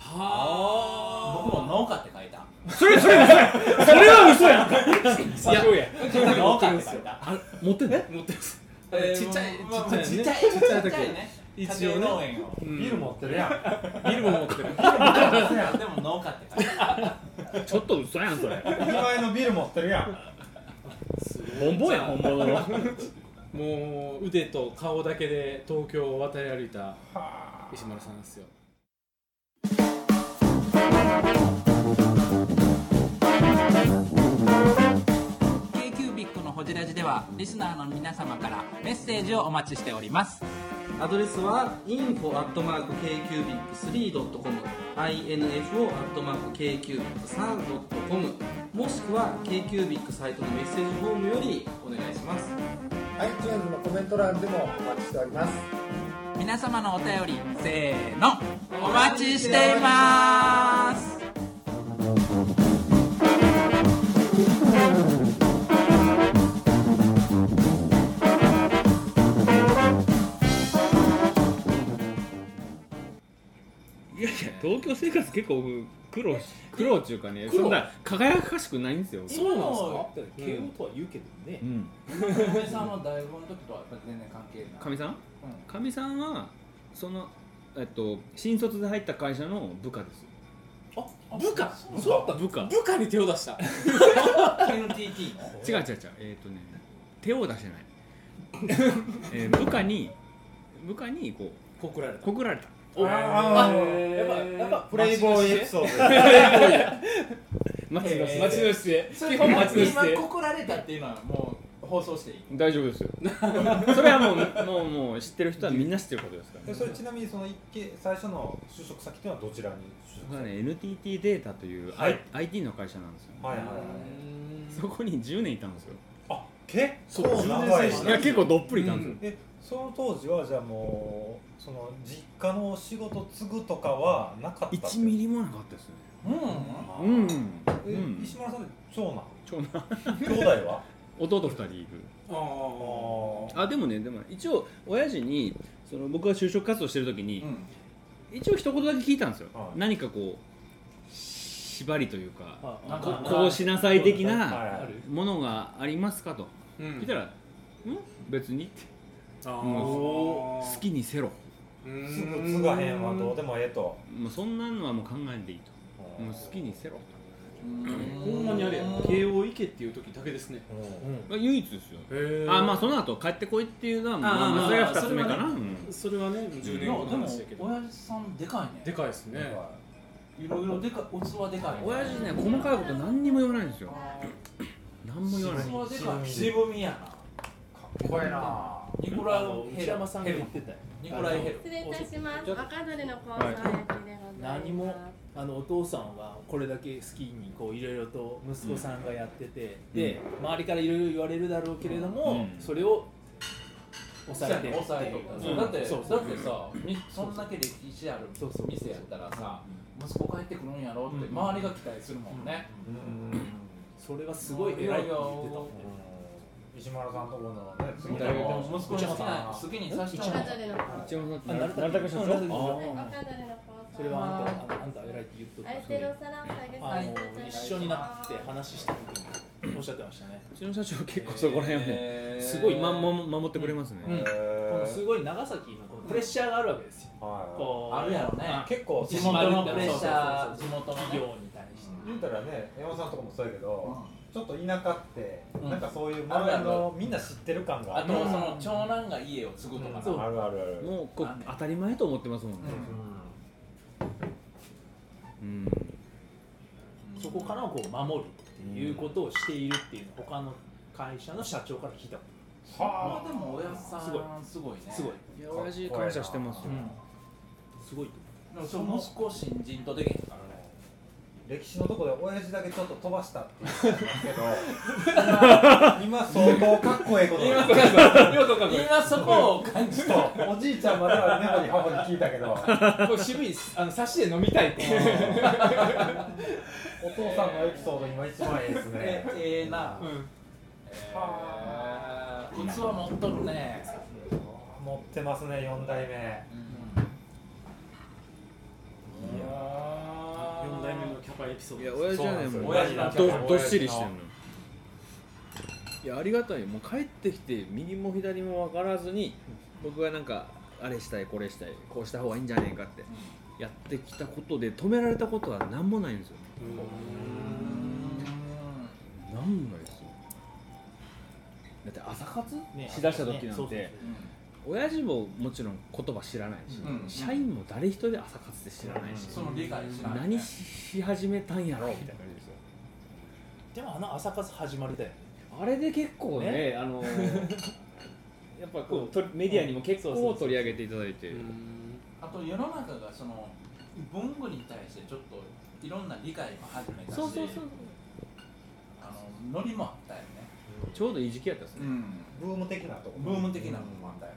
[SPEAKER 5] は
[SPEAKER 4] 僕も農家って書いた
[SPEAKER 1] それそれそれそれは嘘やんか
[SPEAKER 7] 作業や
[SPEAKER 4] 農家って書いた
[SPEAKER 1] 持ってね
[SPEAKER 5] あ。持ってます。
[SPEAKER 4] えー
[SPEAKER 5] ちっちゃい
[SPEAKER 4] まあまあ
[SPEAKER 5] ちっちゃい
[SPEAKER 4] ちっちゃい
[SPEAKER 5] ちっちゃい時
[SPEAKER 4] ね
[SPEAKER 5] 一
[SPEAKER 4] 家
[SPEAKER 5] 応
[SPEAKER 4] 庭
[SPEAKER 5] ね
[SPEAKER 4] 農園を
[SPEAKER 5] うん
[SPEAKER 3] ビル持ってるやん
[SPEAKER 5] ビルも持ってる。
[SPEAKER 4] でも農家って書いた
[SPEAKER 1] ちょっと嘘やんそれ
[SPEAKER 3] お前のビル持ってるやん
[SPEAKER 1] 本物やん本物の
[SPEAKER 5] もう腕と顔だけで東京を渡り歩いた石丸さんですよ。
[SPEAKER 7] k q b i c のホジラジではリスナーの皆様からメッセージをお待ちしております
[SPEAKER 2] アドレスは info.kcubic3.com info.kcubic3.com もしくは KQBIC サイトのメッセージフォームよりお願いします
[SPEAKER 7] 皆様のお便りせーのお待ちしています
[SPEAKER 1] いやいや東京生活結構僕苦労し苦労っていうかねそんな輝かしくないんですよ
[SPEAKER 5] そうなんですか
[SPEAKER 6] 今慶応とは言うけどね
[SPEAKER 1] う、ん
[SPEAKER 4] 嫁さんの大学の時とはやっぱ全然関係ない
[SPEAKER 1] かみさんかみさんはそのえっと新卒で入った会社の部下です
[SPEAKER 5] あ部下
[SPEAKER 1] そうだった部下
[SPEAKER 5] 部下に手を出した。
[SPEAKER 4] NTT の
[SPEAKER 1] 違う違う違うえっとね手を出してない <laughs> えー部下に部下にこう
[SPEAKER 5] 告られた。
[SPEAKER 1] 告られた
[SPEAKER 3] あ
[SPEAKER 6] やっぱやっぱ
[SPEAKER 3] プレイボーイエピソード
[SPEAKER 1] 待ち
[SPEAKER 7] 街の姿勢
[SPEAKER 4] それ
[SPEAKER 7] 基本街の姿勢
[SPEAKER 4] 今告られたっていうのはもう放送していい
[SPEAKER 1] 大丈夫ですよ <laughs> それはもうもうもう知ってる人はみんな知ってることですから
[SPEAKER 3] でそれちなみにその一軒最初の就職先っていうのはどちらに就職
[SPEAKER 1] 僕は
[SPEAKER 3] 先
[SPEAKER 1] ね NTT データという、
[SPEAKER 3] はい
[SPEAKER 1] I、IT の会社なんですよ
[SPEAKER 3] はいはいはい
[SPEAKER 1] そこに10年いたんですよ
[SPEAKER 3] あ結
[SPEAKER 5] そう
[SPEAKER 3] 構長い
[SPEAKER 5] 10年生
[SPEAKER 1] いや
[SPEAKER 3] な
[SPEAKER 1] 結構どっぷりいたんですよ、
[SPEAKER 3] えその当時はじゃあもうその実家の仕事継ぐとかはなかったって
[SPEAKER 1] 1ミリもなかったですね
[SPEAKER 4] うん
[SPEAKER 1] うん、う
[SPEAKER 3] え
[SPEAKER 1] ん、
[SPEAKER 3] 石丸さんって長 <laughs> 男
[SPEAKER 1] 長男
[SPEAKER 3] 兄弟は
[SPEAKER 1] 弟2人いる
[SPEAKER 5] ああ。
[SPEAKER 1] あでもねでも一応親父にその僕が就職活動してる時に、一応一言だけ聞いたんですよ、
[SPEAKER 3] はい
[SPEAKER 1] 何かこう縛りというか、
[SPEAKER 6] なん
[SPEAKER 1] こ
[SPEAKER 6] か
[SPEAKER 1] こうしなさい的
[SPEAKER 3] はい
[SPEAKER 1] な
[SPEAKER 3] はい
[SPEAKER 1] ものがありますかと
[SPEAKER 5] う
[SPEAKER 1] 聞い
[SPEAKER 5] ん
[SPEAKER 1] た。ら「ん別に」って
[SPEAKER 5] ああ。
[SPEAKER 1] もう好きにせろ
[SPEAKER 3] すぐ継がへんはどうでもええと
[SPEAKER 1] もうそんなのはもう考えんでいいともう好きにせろ
[SPEAKER 5] ほんまにあれや慶応行けっていう時だけですね
[SPEAKER 3] うん
[SPEAKER 1] と唯一ですよ
[SPEAKER 5] へ
[SPEAKER 1] あまあその後帰ってこいっていうのはまあ
[SPEAKER 5] あー
[SPEAKER 1] まあそれが
[SPEAKER 5] まあ
[SPEAKER 1] 2つ目かな
[SPEAKER 5] それはね
[SPEAKER 1] うん
[SPEAKER 5] それはね10
[SPEAKER 4] で
[SPEAKER 5] 年後
[SPEAKER 4] も
[SPEAKER 5] の
[SPEAKER 4] でも
[SPEAKER 5] 話だけど
[SPEAKER 4] 親父さんでかい
[SPEAKER 5] で
[SPEAKER 4] ね
[SPEAKER 5] かいですね
[SPEAKER 4] いろいろでかい器でかい
[SPEAKER 1] 親父ね細かいこと何にも言わないんですよ
[SPEAKER 4] あ
[SPEAKER 1] 何も言わない
[SPEAKER 4] ー器でかい渋みやな
[SPEAKER 3] かっこええな
[SPEAKER 4] ニコラ
[SPEAKER 6] あの
[SPEAKER 4] イヘ
[SPEAKER 6] 内
[SPEAKER 4] ル
[SPEAKER 6] 山さんが言ってたよ
[SPEAKER 4] ニコライヘル
[SPEAKER 8] 失礼いたします。
[SPEAKER 6] ちょっと
[SPEAKER 8] 赤鳥のコンサート焼きでございます。
[SPEAKER 5] 何もあのお父さんはこれだけ好きにこういろいろと息子さんがやってて、で周りからいろいろ言われるだろうけれども、
[SPEAKER 1] うん
[SPEAKER 5] それを抑えてるって
[SPEAKER 4] 抑え
[SPEAKER 5] い
[SPEAKER 4] と
[SPEAKER 5] う
[SPEAKER 4] った、
[SPEAKER 5] うん
[SPEAKER 4] だって
[SPEAKER 5] そう
[SPEAKER 4] だってさみそんだけ歴史ある
[SPEAKER 5] そうそう
[SPEAKER 4] 店やったらさ息子帰ってくるんやろって
[SPEAKER 5] うん
[SPEAKER 4] 周りが期待するもんね、
[SPEAKER 5] それがすごい偉いって言ってた
[SPEAKER 3] 石丸さんとこのね、
[SPEAKER 4] うん
[SPEAKER 3] 次
[SPEAKER 4] 息子に好きな好きにさせたの
[SPEAKER 9] 誰の顔
[SPEAKER 1] 一山さ
[SPEAKER 5] あ
[SPEAKER 1] ん、な
[SPEAKER 5] な
[SPEAKER 1] る
[SPEAKER 5] る
[SPEAKER 1] たけ社長。
[SPEAKER 5] あ
[SPEAKER 9] わかん誰の顔
[SPEAKER 5] それはあんたああんた偉いって言っとった
[SPEAKER 9] 相手の皿を下げ
[SPEAKER 5] あ
[SPEAKER 9] させていただい
[SPEAKER 5] の
[SPEAKER 9] て
[SPEAKER 5] 一緒になって話した時におっしゃってましたね
[SPEAKER 1] うちの社長結構そこら辺をね、すごいまま守ってくれますね。
[SPEAKER 5] うんこのすごい長崎のこのプレッシャーがあるわけですよ
[SPEAKER 3] は
[SPEAKER 5] こう
[SPEAKER 4] あるやろね
[SPEAKER 3] い。結構、
[SPEAKER 4] 地
[SPEAKER 5] 地
[SPEAKER 4] 元
[SPEAKER 5] 元
[SPEAKER 4] の
[SPEAKER 5] の
[SPEAKER 4] プ
[SPEAKER 5] プ
[SPEAKER 4] レ
[SPEAKER 5] レ
[SPEAKER 4] ッ
[SPEAKER 5] ッ
[SPEAKER 4] シ
[SPEAKER 5] シ
[SPEAKER 4] ャ
[SPEAKER 5] ャ
[SPEAKER 4] ー
[SPEAKER 5] ー
[SPEAKER 4] 地元の
[SPEAKER 5] 企業に対して
[SPEAKER 3] 言うたらね、山本さんとこもそうやけど、ちょっと田舎って、
[SPEAKER 4] うん
[SPEAKER 3] なんかそういう
[SPEAKER 4] あるある
[SPEAKER 3] 周りのみんな知ってる感が
[SPEAKER 4] あ
[SPEAKER 3] あ
[SPEAKER 4] と
[SPEAKER 3] る。
[SPEAKER 4] その長男が家を継ぐとかな、
[SPEAKER 3] うんあるあるある。
[SPEAKER 1] もうこう当たり前と思ってますもんね。うん。
[SPEAKER 5] そこからをこう守るっていうことをしているっていうのを他の会社の社長から聞いたこ
[SPEAKER 4] まあでも親さんす
[SPEAKER 5] す
[SPEAKER 4] ご
[SPEAKER 5] ご
[SPEAKER 4] い
[SPEAKER 5] い
[SPEAKER 4] ね
[SPEAKER 5] すごい
[SPEAKER 1] いや親父感謝してます
[SPEAKER 4] う
[SPEAKER 1] よ。
[SPEAKER 4] ん
[SPEAKER 5] とすごいと
[SPEAKER 4] でもその息子を新人とできへんからね
[SPEAKER 3] 歴史のとこで親父だけちょっと飛ばしたって言ってますけど今相当かっこええことだ
[SPEAKER 5] <laughs>
[SPEAKER 4] 今そこを感じた
[SPEAKER 3] おじいちゃんまでは根もに母に聞いたけどお
[SPEAKER 5] これ渋いあの差しで飲みたいって
[SPEAKER 3] 父さんのエピソード今一番ええです
[SPEAKER 4] <laughs> え
[SPEAKER 3] ね
[SPEAKER 4] えな、えー、器持っとるね、
[SPEAKER 3] 持ってますね4代目いや
[SPEAKER 10] 4代目のキャパエピソー
[SPEAKER 1] い
[SPEAKER 10] ド
[SPEAKER 1] や親父はね
[SPEAKER 3] そう
[SPEAKER 1] もう
[SPEAKER 3] 親父なんか
[SPEAKER 1] どどっしりしてるの。いやありがたいよ。もう帰ってきて右も左も分からずに、僕がなんかあれしたいこれしたいこうした方がいいんじゃねえかってやってきたことで止められたことは何もないんですよ。なんないですよだって朝活、
[SPEAKER 5] ね
[SPEAKER 1] しだした時なん
[SPEAKER 5] そう
[SPEAKER 1] て、
[SPEAKER 4] う
[SPEAKER 1] 親父ももちろん言葉知らないし、
[SPEAKER 4] うん
[SPEAKER 1] 社員も誰一人朝活って知らないし
[SPEAKER 4] ん、、その理解しない、
[SPEAKER 1] 何し始めたんやろみたいな感じですよ
[SPEAKER 5] でもあの朝活始まりだよね
[SPEAKER 1] あれで結構ねあの <laughs> やっぱこうとメディアにも結
[SPEAKER 5] そうそう
[SPEAKER 1] 構
[SPEAKER 5] そう
[SPEAKER 1] 取り上げていただいて、
[SPEAKER 4] あと世の中がその文具に対してちょっといろんな理解も始めたし
[SPEAKER 1] そうそうそう
[SPEAKER 4] あのノリもあったよね、
[SPEAKER 1] ちょうどいい時期やったんですね、
[SPEAKER 3] ブーム的なとこ
[SPEAKER 4] ブーム的なのもあったよね、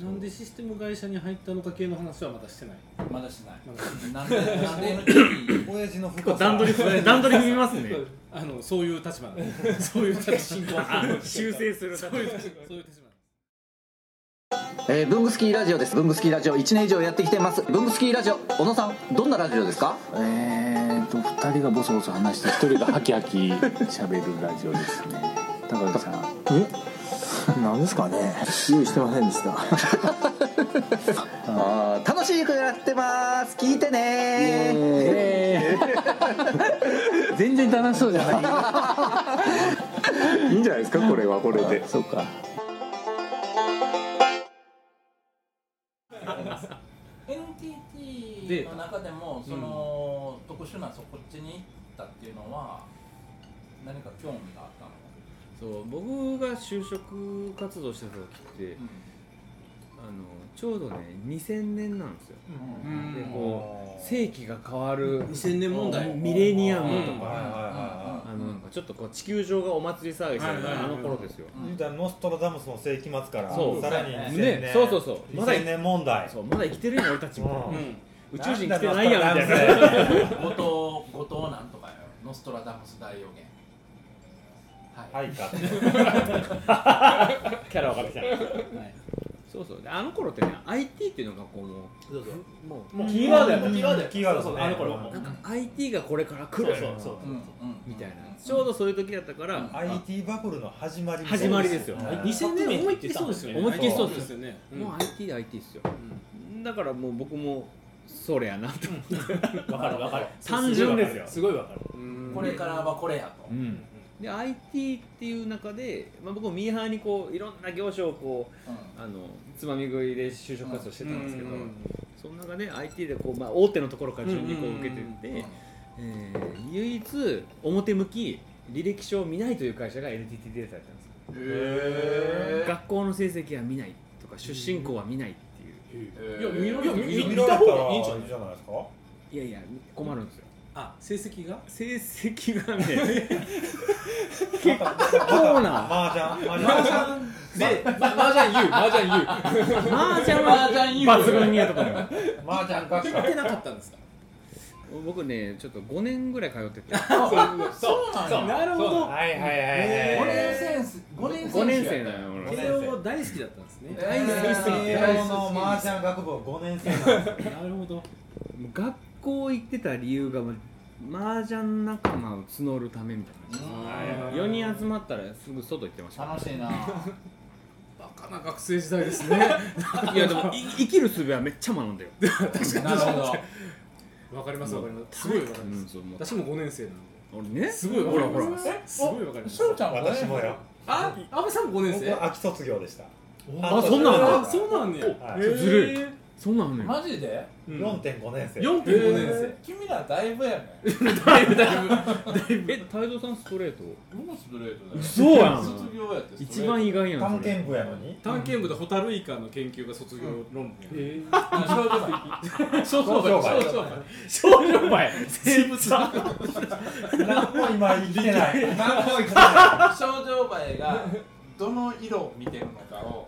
[SPEAKER 10] なんでシステム会社に入ったのか系の話はまだしてない
[SPEAKER 4] まだしない
[SPEAKER 10] まだしてない
[SPEAKER 4] なんでなんで
[SPEAKER 3] 親父の
[SPEAKER 1] 結
[SPEAKER 3] 深
[SPEAKER 1] 構段取り <laughs> 踏み段取り踏みますね
[SPEAKER 10] あのそういう立場なんでそういう立場そういう
[SPEAKER 1] あ修正する立場
[SPEAKER 10] 立場そういう立場
[SPEAKER 11] えー、ブングスキーラジオですブングスキーラジオ1年以上やってきてますブングスキーラジオ小野さんどんなラジオですかえーと2人がボソボソ話して1人がハキハキ喋るラジオですね高橋さんえなんですかね用意してませんでした <laughs> あー楽しい曲やってます聞いてね <laughs> 全然楽しそうじゃ <laughs> ないいいんじゃないですかこれはこれでそうか
[SPEAKER 1] で
[SPEAKER 4] NTT の中でもその、特殊なそこっちに行ったっていうのは何か興味があったの、
[SPEAKER 1] そう僕が就職活動してた時ってあのちょうどね2000年なんですよ、でこう世紀が変わる
[SPEAKER 10] 2000年問題
[SPEAKER 1] ミレニアムと
[SPEAKER 3] はい
[SPEAKER 1] か、
[SPEAKER 3] は
[SPEAKER 1] あのなんかちょっとこう地球上がお祭り騒ぎするような
[SPEAKER 10] はいはい
[SPEAKER 1] あ
[SPEAKER 10] はい
[SPEAKER 1] の頃ですよ、
[SPEAKER 3] いはい言うたらノストラダムスの世紀末から
[SPEAKER 1] そう
[SPEAKER 3] さらに2000年、
[SPEAKER 1] ねそうそうそうまだ
[SPEAKER 3] 2000年問題
[SPEAKER 1] そうまだ生きてるよ俺たちも、
[SPEAKER 3] うん
[SPEAKER 1] 宇宙人来てないやんみたいな
[SPEAKER 4] 後藤後藤なんとかよノストラダムス大予言はい、
[SPEAKER 3] はい <laughs> かって
[SPEAKER 1] キャラ分かってきた、そうそうであの頃ってね IT っていうのがこうも
[SPEAKER 5] そうそう
[SPEAKER 1] うも
[SPEAKER 5] もう
[SPEAKER 3] キーワードやもん
[SPEAKER 5] キーワードや
[SPEAKER 3] キーワード
[SPEAKER 5] そうそう
[SPEAKER 3] ね
[SPEAKER 5] あの頃はも
[SPEAKER 1] う
[SPEAKER 5] う
[SPEAKER 1] なんか IT がこれから来
[SPEAKER 5] そう
[SPEAKER 1] る
[SPEAKER 5] そうそう
[SPEAKER 4] うんうん、
[SPEAKER 1] みたいな、ちょうどそういう時だったから、
[SPEAKER 3] IT バブルの始まりみたいな
[SPEAKER 1] 始まりですよ、
[SPEAKER 3] はい
[SPEAKER 1] 2000年思いっきりそうですよね思いっきりそうですよ
[SPEAKER 10] よね
[SPEAKER 1] もう IT で IT っすよ、だからもう僕もそれやなと思って
[SPEAKER 5] わか
[SPEAKER 1] <laughs>
[SPEAKER 5] るわかる
[SPEAKER 1] 単純ですよ
[SPEAKER 5] すごいわかる
[SPEAKER 4] これからはこれやと、
[SPEAKER 1] うんで IT っていう中で、まあ、僕もミーハーにこういろんな業種をこうあのつまみ食いで就職活動してたんですけど、その中で IT でこう、まあ、大手のところから順にこう受けてって、えー唯一表向き履歴書を見ないという会社が NTT データだったんですよ学校の成績は見ないとか出身校は見ないっていう
[SPEAKER 5] いや見ろよ見
[SPEAKER 8] 見
[SPEAKER 5] 見
[SPEAKER 8] られ
[SPEAKER 5] た
[SPEAKER 8] た
[SPEAKER 5] 方
[SPEAKER 8] ら
[SPEAKER 5] が
[SPEAKER 8] い
[SPEAKER 5] いい
[SPEAKER 8] い
[SPEAKER 5] ん
[SPEAKER 8] ん
[SPEAKER 5] じ
[SPEAKER 8] じゃ
[SPEAKER 5] ゃ
[SPEAKER 8] な
[SPEAKER 5] ないい
[SPEAKER 8] ですか
[SPEAKER 1] いやいや困るんですよ
[SPEAKER 5] あ成績が
[SPEAKER 1] 成績がね
[SPEAKER 8] 結
[SPEAKER 1] 構な
[SPEAKER 8] マージャン
[SPEAKER 5] でまマージャン言うマージャン言う
[SPEAKER 1] マージャンは抜群にやったと思う
[SPEAKER 8] マージャンガチ
[SPEAKER 5] 行ってなかったんですか
[SPEAKER 1] 僕ねちょっと5年ぐらい通ってて
[SPEAKER 4] そうなんや
[SPEAKER 5] なるほど
[SPEAKER 8] はいはいはい
[SPEAKER 4] 五
[SPEAKER 8] はい
[SPEAKER 4] 年生す五年生
[SPEAKER 1] 5年生なの
[SPEAKER 8] 五年
[SPEAKER 1] 俺
[SPEAKER 5] 慶応大好きだったんですね
[SPEAKER 8] 大
[SPEAKER 5] 慶
[SPEAKER 8] の
[SPEAKER 5] 応の
[SPEAKER 8] マ
[SPEAKER 5] マ
[SPEAKER 8] ー
[SPEAKER 5] ー
[SPEAKER 8] ジ
[SPEAKER 5] ジ
[SPEAKER 8] ャン学部は5年生なんです
[SPEAKER 5] なるほど
[SPEAKER 1] 学校行ってた理由がマージャン仲間を募るためみたいな4人集まったらすぐ外行ってました
[SPEAKER 4] 楽しいな
[SPEAKER 5] バカな学生時代です
[SPEAKER 1] <laughs>
[SPEAKER 5] ね
[SPEAKER 1] いやでもい生きる術はめっちゃ学んだよ、
[SPEAKER 4] なるほど
[SPEAKER 5] <laughs> わかりますわかりますすごいわかり
[SPEAKER 1] う
[SPEAKER 5] ま
[SPEAKER 1] ん、
[SPEAKER 5] す
[SPEAKER 1] そうもう
[SPEAKER 5] 私も五年生なの
[SPEAKER 1] 俺ね
[SPEAKER 5] すごいわ
[SPEAKER 1] ほ
[SPEAKER 5] か
[SPEAKER 1] ら
[SPEAKER 5] り
[SPEAKER 1] ほら
[SPEAKER 5] ますすごいわかります
[SPEAKER 4] 翔ちゃんは
[SPEAKER 8] 私もよ
[SPEAKER 5] あ安倍さんも五年生
[SPEAKER 8] 僕秋卒業でした
[SPEAKER 1] あそんなんあん
[SPEAKER 5] あそうなんね
[SPEAKER 8] はい
[SPEAKER 1] そうずるいそうなのよ
[SPEAKER 4] マジで
[SPEAKER 8] 4.5年生
[SPEAKER 5] 四点五年生
[SPEAKER 4] 君らだいぶやね
[SPEAKER 5] だいぶだいぶ
[SPEAKER 1] え太蔵さんストレート
[SPEAKER 4] もうストレートだよ
[SPEAKER 1] そうやん
[SPEAKER 4] 卒業やって
[SPEAKER 1] 一番意外やん
[SPEAKER 8] 探
[SPEAKER 1] それ <laughs>
[SPEAKER 8] 検部やのに
[SPEAKER 5] 探検部でホタルイカの研究が卒業論文
[SPEAKER 6] え
[SPEAKER 4] 少女的
[SPEAKER 5] 少
[SPEAKER 8] 女
[SPEAKER 5] 女
[SPEAKER 8] 売
[SPEAKER 5] 売少女売
[SPEAKER 1] 少女前
[SPEAKER 5] 生物学
[SPEAKER 8] 何も今生きてない何も生きて
[SPEAKER 4] 少女バエがどの色を見てるのかを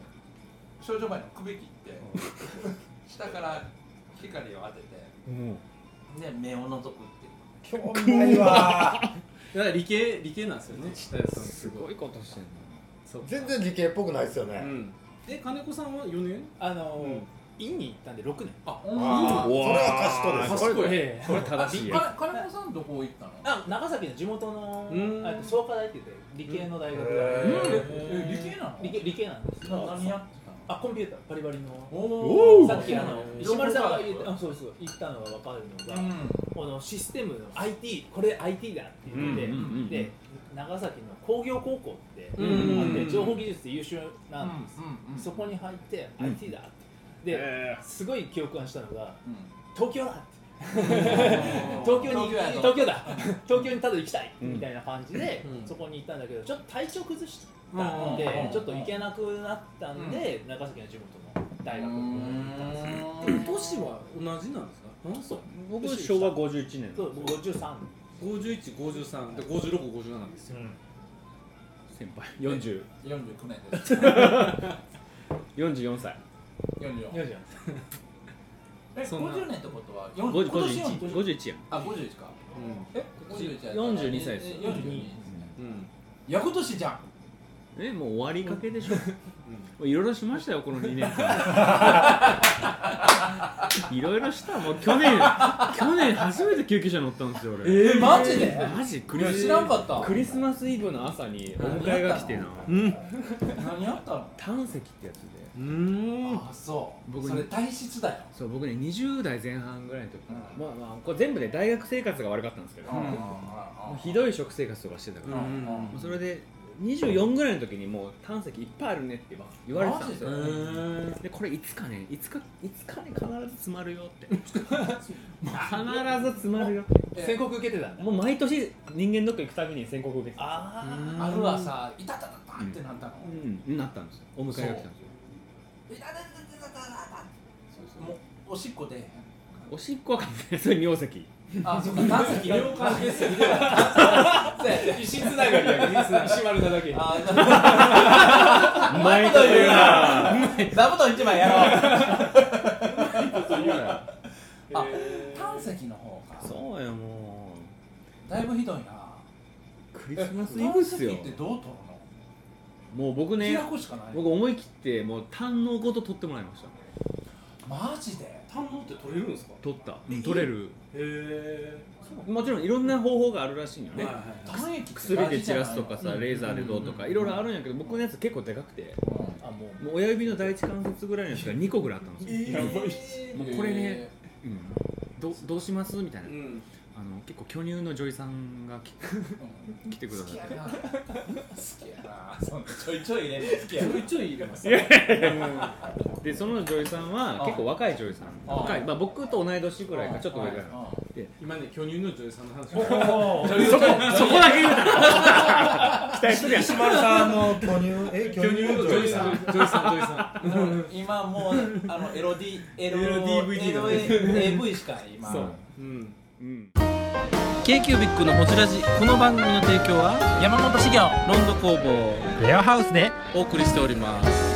[SPEAKER 4] 少女バエの首切って下から光を当ててで目を覗くっていう
[SPEAKER 8] 興味ないわ
[SPEAKER 5] だから理系理系なんですよね下谷さん
[SPEAKER 1] すごいことしてんの
[SPEAKER 5] そう
[SPEAKER 12] 全然理系っぽくないですよ
[SPEAKER 5] う
[SPEAKER 12] ね、
[SPEAKER 5] んで金子さんは四年
[SPEAKER 6] あの院に行ったんで6年
[SPEAKER 5] あ
[SPEAKER 12] ああそれは賢いです
[SPEAKER 5] 賢い
[SPEAKER 6] え
[SPEAKER 1] これ正しいや
[SPEAKER 4] か金子さんどこ行ったの
[SPEAKER 6] あ長崎の地元の
[SPEAKER 5] うん
[SPEAKER 6] あと創価大って言って理系の大学が
[SPEAKER 8] へ
[SPEAKER 4] え理系なの
[SPEAKER 6] 理系理系なんです
[SPEAKER 4] な何やってたの
[SPEAKER 6] あコンピューターバリバリの
[SPEAKER 4] お
[SPEAKER 6] さっきあの
[SPEAKER 4] うん
[SPEAKER 6] 石丸さんが言っ
[SPEAKER 4] う
[SPEAKER 6] た
[SPEAKER 4] ん
[SPEAKER 6] あそうそう言ったのが分かるの
[SPEAKER 4] う
[SPEAKER 6] が、
[SPEAKER 4] ん
[SPEAKER 6] このシステムの IT これ IT だって言ってて、
[SPEAKER 1] うんうんうんうん
[SPEAKER 6] で長崎の工業高校ってあっ
[SPEAKER 5] う
[SPEAKER 6] て、
[SPEAKER 5] んうんうん
[SPEAKER 6] 情報技術で優秀なんです、
[SPEAKER 4] うん
[SPEAKER 6] そこに入って
[SPEAKER 1] うん
[SPEAKER 6] IT だって、ですごい共感したのが
[SPEAKER 4] うん
[SPEAKER 6] 東京だって
[SPEAKER 4] 東
[SPEAKER 6] 東京に
[SPEAKER 4] やの
[SPEAKER 6] 東京だ東京にただ行きたい
[SPEAKER 1] うん
[SPEAKER 6] みたいな感じで、
[SPEAKER 5] うん
[SPEAKER 6] そこに行ったんだけどちょっと体調崩した
[SPEAKER 4] うん
[SPEAKER 6] んで、
[SPEAKER 4] うん
[SPEAKER 6] ちょっと行けなくなったんで、長崎の地元の大学に行ったんです
[SPEAKER 5] 年
[SPEAKER 6] よ
[SPEAKER 5] は同じなんですか何歳
[SPEAKER 1] 僕昭和51年
[SPEAKER 6] そう僕53
[SPEAKER 5] 5153で5657なんですよ
[SPEAKER 1] 先輩40
[SPEAKER 4] 49年です
[SPEAKER 1] 44歳
[SPEAKER 4] 44
[SPEAKER 6] じゃん
[SPEAKER 4] え
[SPEAKER 5] そんな
[SPEAKER 4] 50年ってことは40
[SPEAKER 1] 50
[SPEAKER 4] 今年
[SPEAKER 1] 51 51やん
[SPEAKER 4] あ51かえ51や
[SPEAKER 1] 42歳です
[SPEAKER 4] 42い
[SPEAKER 5] うんうん
[SPEAKER 4] や今年じゃん
[SPEAKER 1] えもう終わりかけでしょもういろいろしましたよこの2年間 <laughs> いろいろしたもう去年去年初めて救急車乗ったんですよ俺
[SPEAKER 4] えマジで
[SPEAKER 1] マジク
[SPEAKER 4] い
[SPEAKER 1] リ
[SPEAKER 4] や
[SPEAKER 1] ス
[SPEAKER 4] 知らんかった
[SPEAKER 1] クリスマスイブの朝にお迎えが来てな
[SPEAKER 4] 何やったの
[SPEAKER 1] 胆石ってやつで
[SPEAKER 5] うん
[SPEAKER 4] あそう
[SPEAKER 1] 僕
[SPEAKER 4] それ体質だよ
[SPEAKER 1] そう僕ね20代前半ぐらいの時かなまあまあこれ全部で大学生活が悪かったんですけどもうひどい食生活とかしてたから
[SPEAKER 5] うん
[SPEAKER 1] もうそれで24ぐらいの時にもう胆石いっぱいあるねって言われてたんですよ
[SPEAKER 4] マジ
[SPEAKER 1] でこれいつかねいつかいつかね必ず詰まるよって <laughs> 必ず詰まるよって
[SPEAKER 6] 宣告受けてたんだ
[SPEAKER 1] もう毎年人間ドック行くたびに宣告受けてた
[SPEAKER 6] あ
[SPEAKER 4] あるはさいたたたたってなったの
[SPEAKER 1] うんなったんですよお迎えが来たんですよ
[SPEAKER 4] いたたたたたたたもうおしっこで
[SPEAKER 1] おしっこは関係ないそれ尿石
[SPEAKER 4] あそうか胆石両関係する
[SPEAKER 6] あ石つながりや石丸なだけ
[SPEAKER 4] あ
[SPEAKER 1] うまいこと言うな
[SPEAKER 4] 座布団一枚やろう
[SPEAKER 1] そうだ
[SPEAKER 4] あ胆石の方か
[SPEAKER 1] そうよも
[SPEAKER 4] だいぶひどいな
[SPEAKER 1] うクリスマスイブ
[SPEAKER 4] 胆
[SPEAKER 1] っ
[SPEAKER 4] 石っ
[SPEAKER 1] すよ
[SPEAKER 4] てどう取るの
[SPEAKER 1] もう僕ね
[SPEAKER 4] 開くしかない
[SPEAKER 1] 僕思い切ってもう胆のごと取ってもらいました
[SPEAKER 4] マジで
[SPEAKER 5] 単能って取れるんですか
[SPEAKER 1] 取った取れる
[SPEAKER 5] へえ
[SPEAKER 1] もちろんいろんな方法があるらしいんよね
[SPEAKER 4] 胆液って
[SPEAKER 1] 薬
[SPEAKER 4] 大
[SPEAKER 1] で
[SPEAKER 4] 事じ
[SPEAKER 1] 散
[SPEAKER 4] ゃない
[SPEAKER 1] らすとかさレーザーでどうとかいろいろあるんやけど僕のやつ結構でかくて
[SPEAKER 6] あもう
[SPEAKER 1] もう親指の第一関節ぐらいのやつが2個ぐらいあったんですよ、もうこれねうん、どどうしますみたいな、
[SPEAKER 5] うん
[SPEAKER 1] あの結構巨乳の女医さんがき来てくだ
[SPEAKER 4] 好
[SPEAKER 1] さ
[SPEAKER 4] きや
[SPEAKER 1] って
[SPEAKER 4] な好きやなそんなちょいちょい入れるの好きや
[SPEAKER 5] ち
[SPEAKER 4] な
[SPEAKER 5] ょいちょい入れます
[SPEAKER 1] でその女医さんは
[SPEAKER 4] あ
[SPEAKER 1] 結構若い女医さん
[SPEAKER 4] あ
[SPEAKER 1] 若い、まあ、僕と同い年ぐらいかちょっと上ぐらい
[SPEAKER 4] うん
[SPEAKER 5] 今ね巨乳の女優さんの話
[SPEAKER 8] おー
[SPEAKER 1] そこそこだけ言うた期待するやん
[SPEAKER 5] 石丸さんの
[SPEAKER 3] 巨乳え
[SPEAKER 5] <laughs> 巨乳の女優さん女優さん女優さん
[SPEAKER 13] もう今もうあのエロ D エロ
[SPEAKER 5] LDVD だね
[SPEAKER 13] AV しか今
[SPEAKER 5] そう
[SPEAKER 13] うんうん
[SPEAKER 4] k q b i c のホジラジこの番組の提供は山本資源ロンド工房レアハウスでお送りしております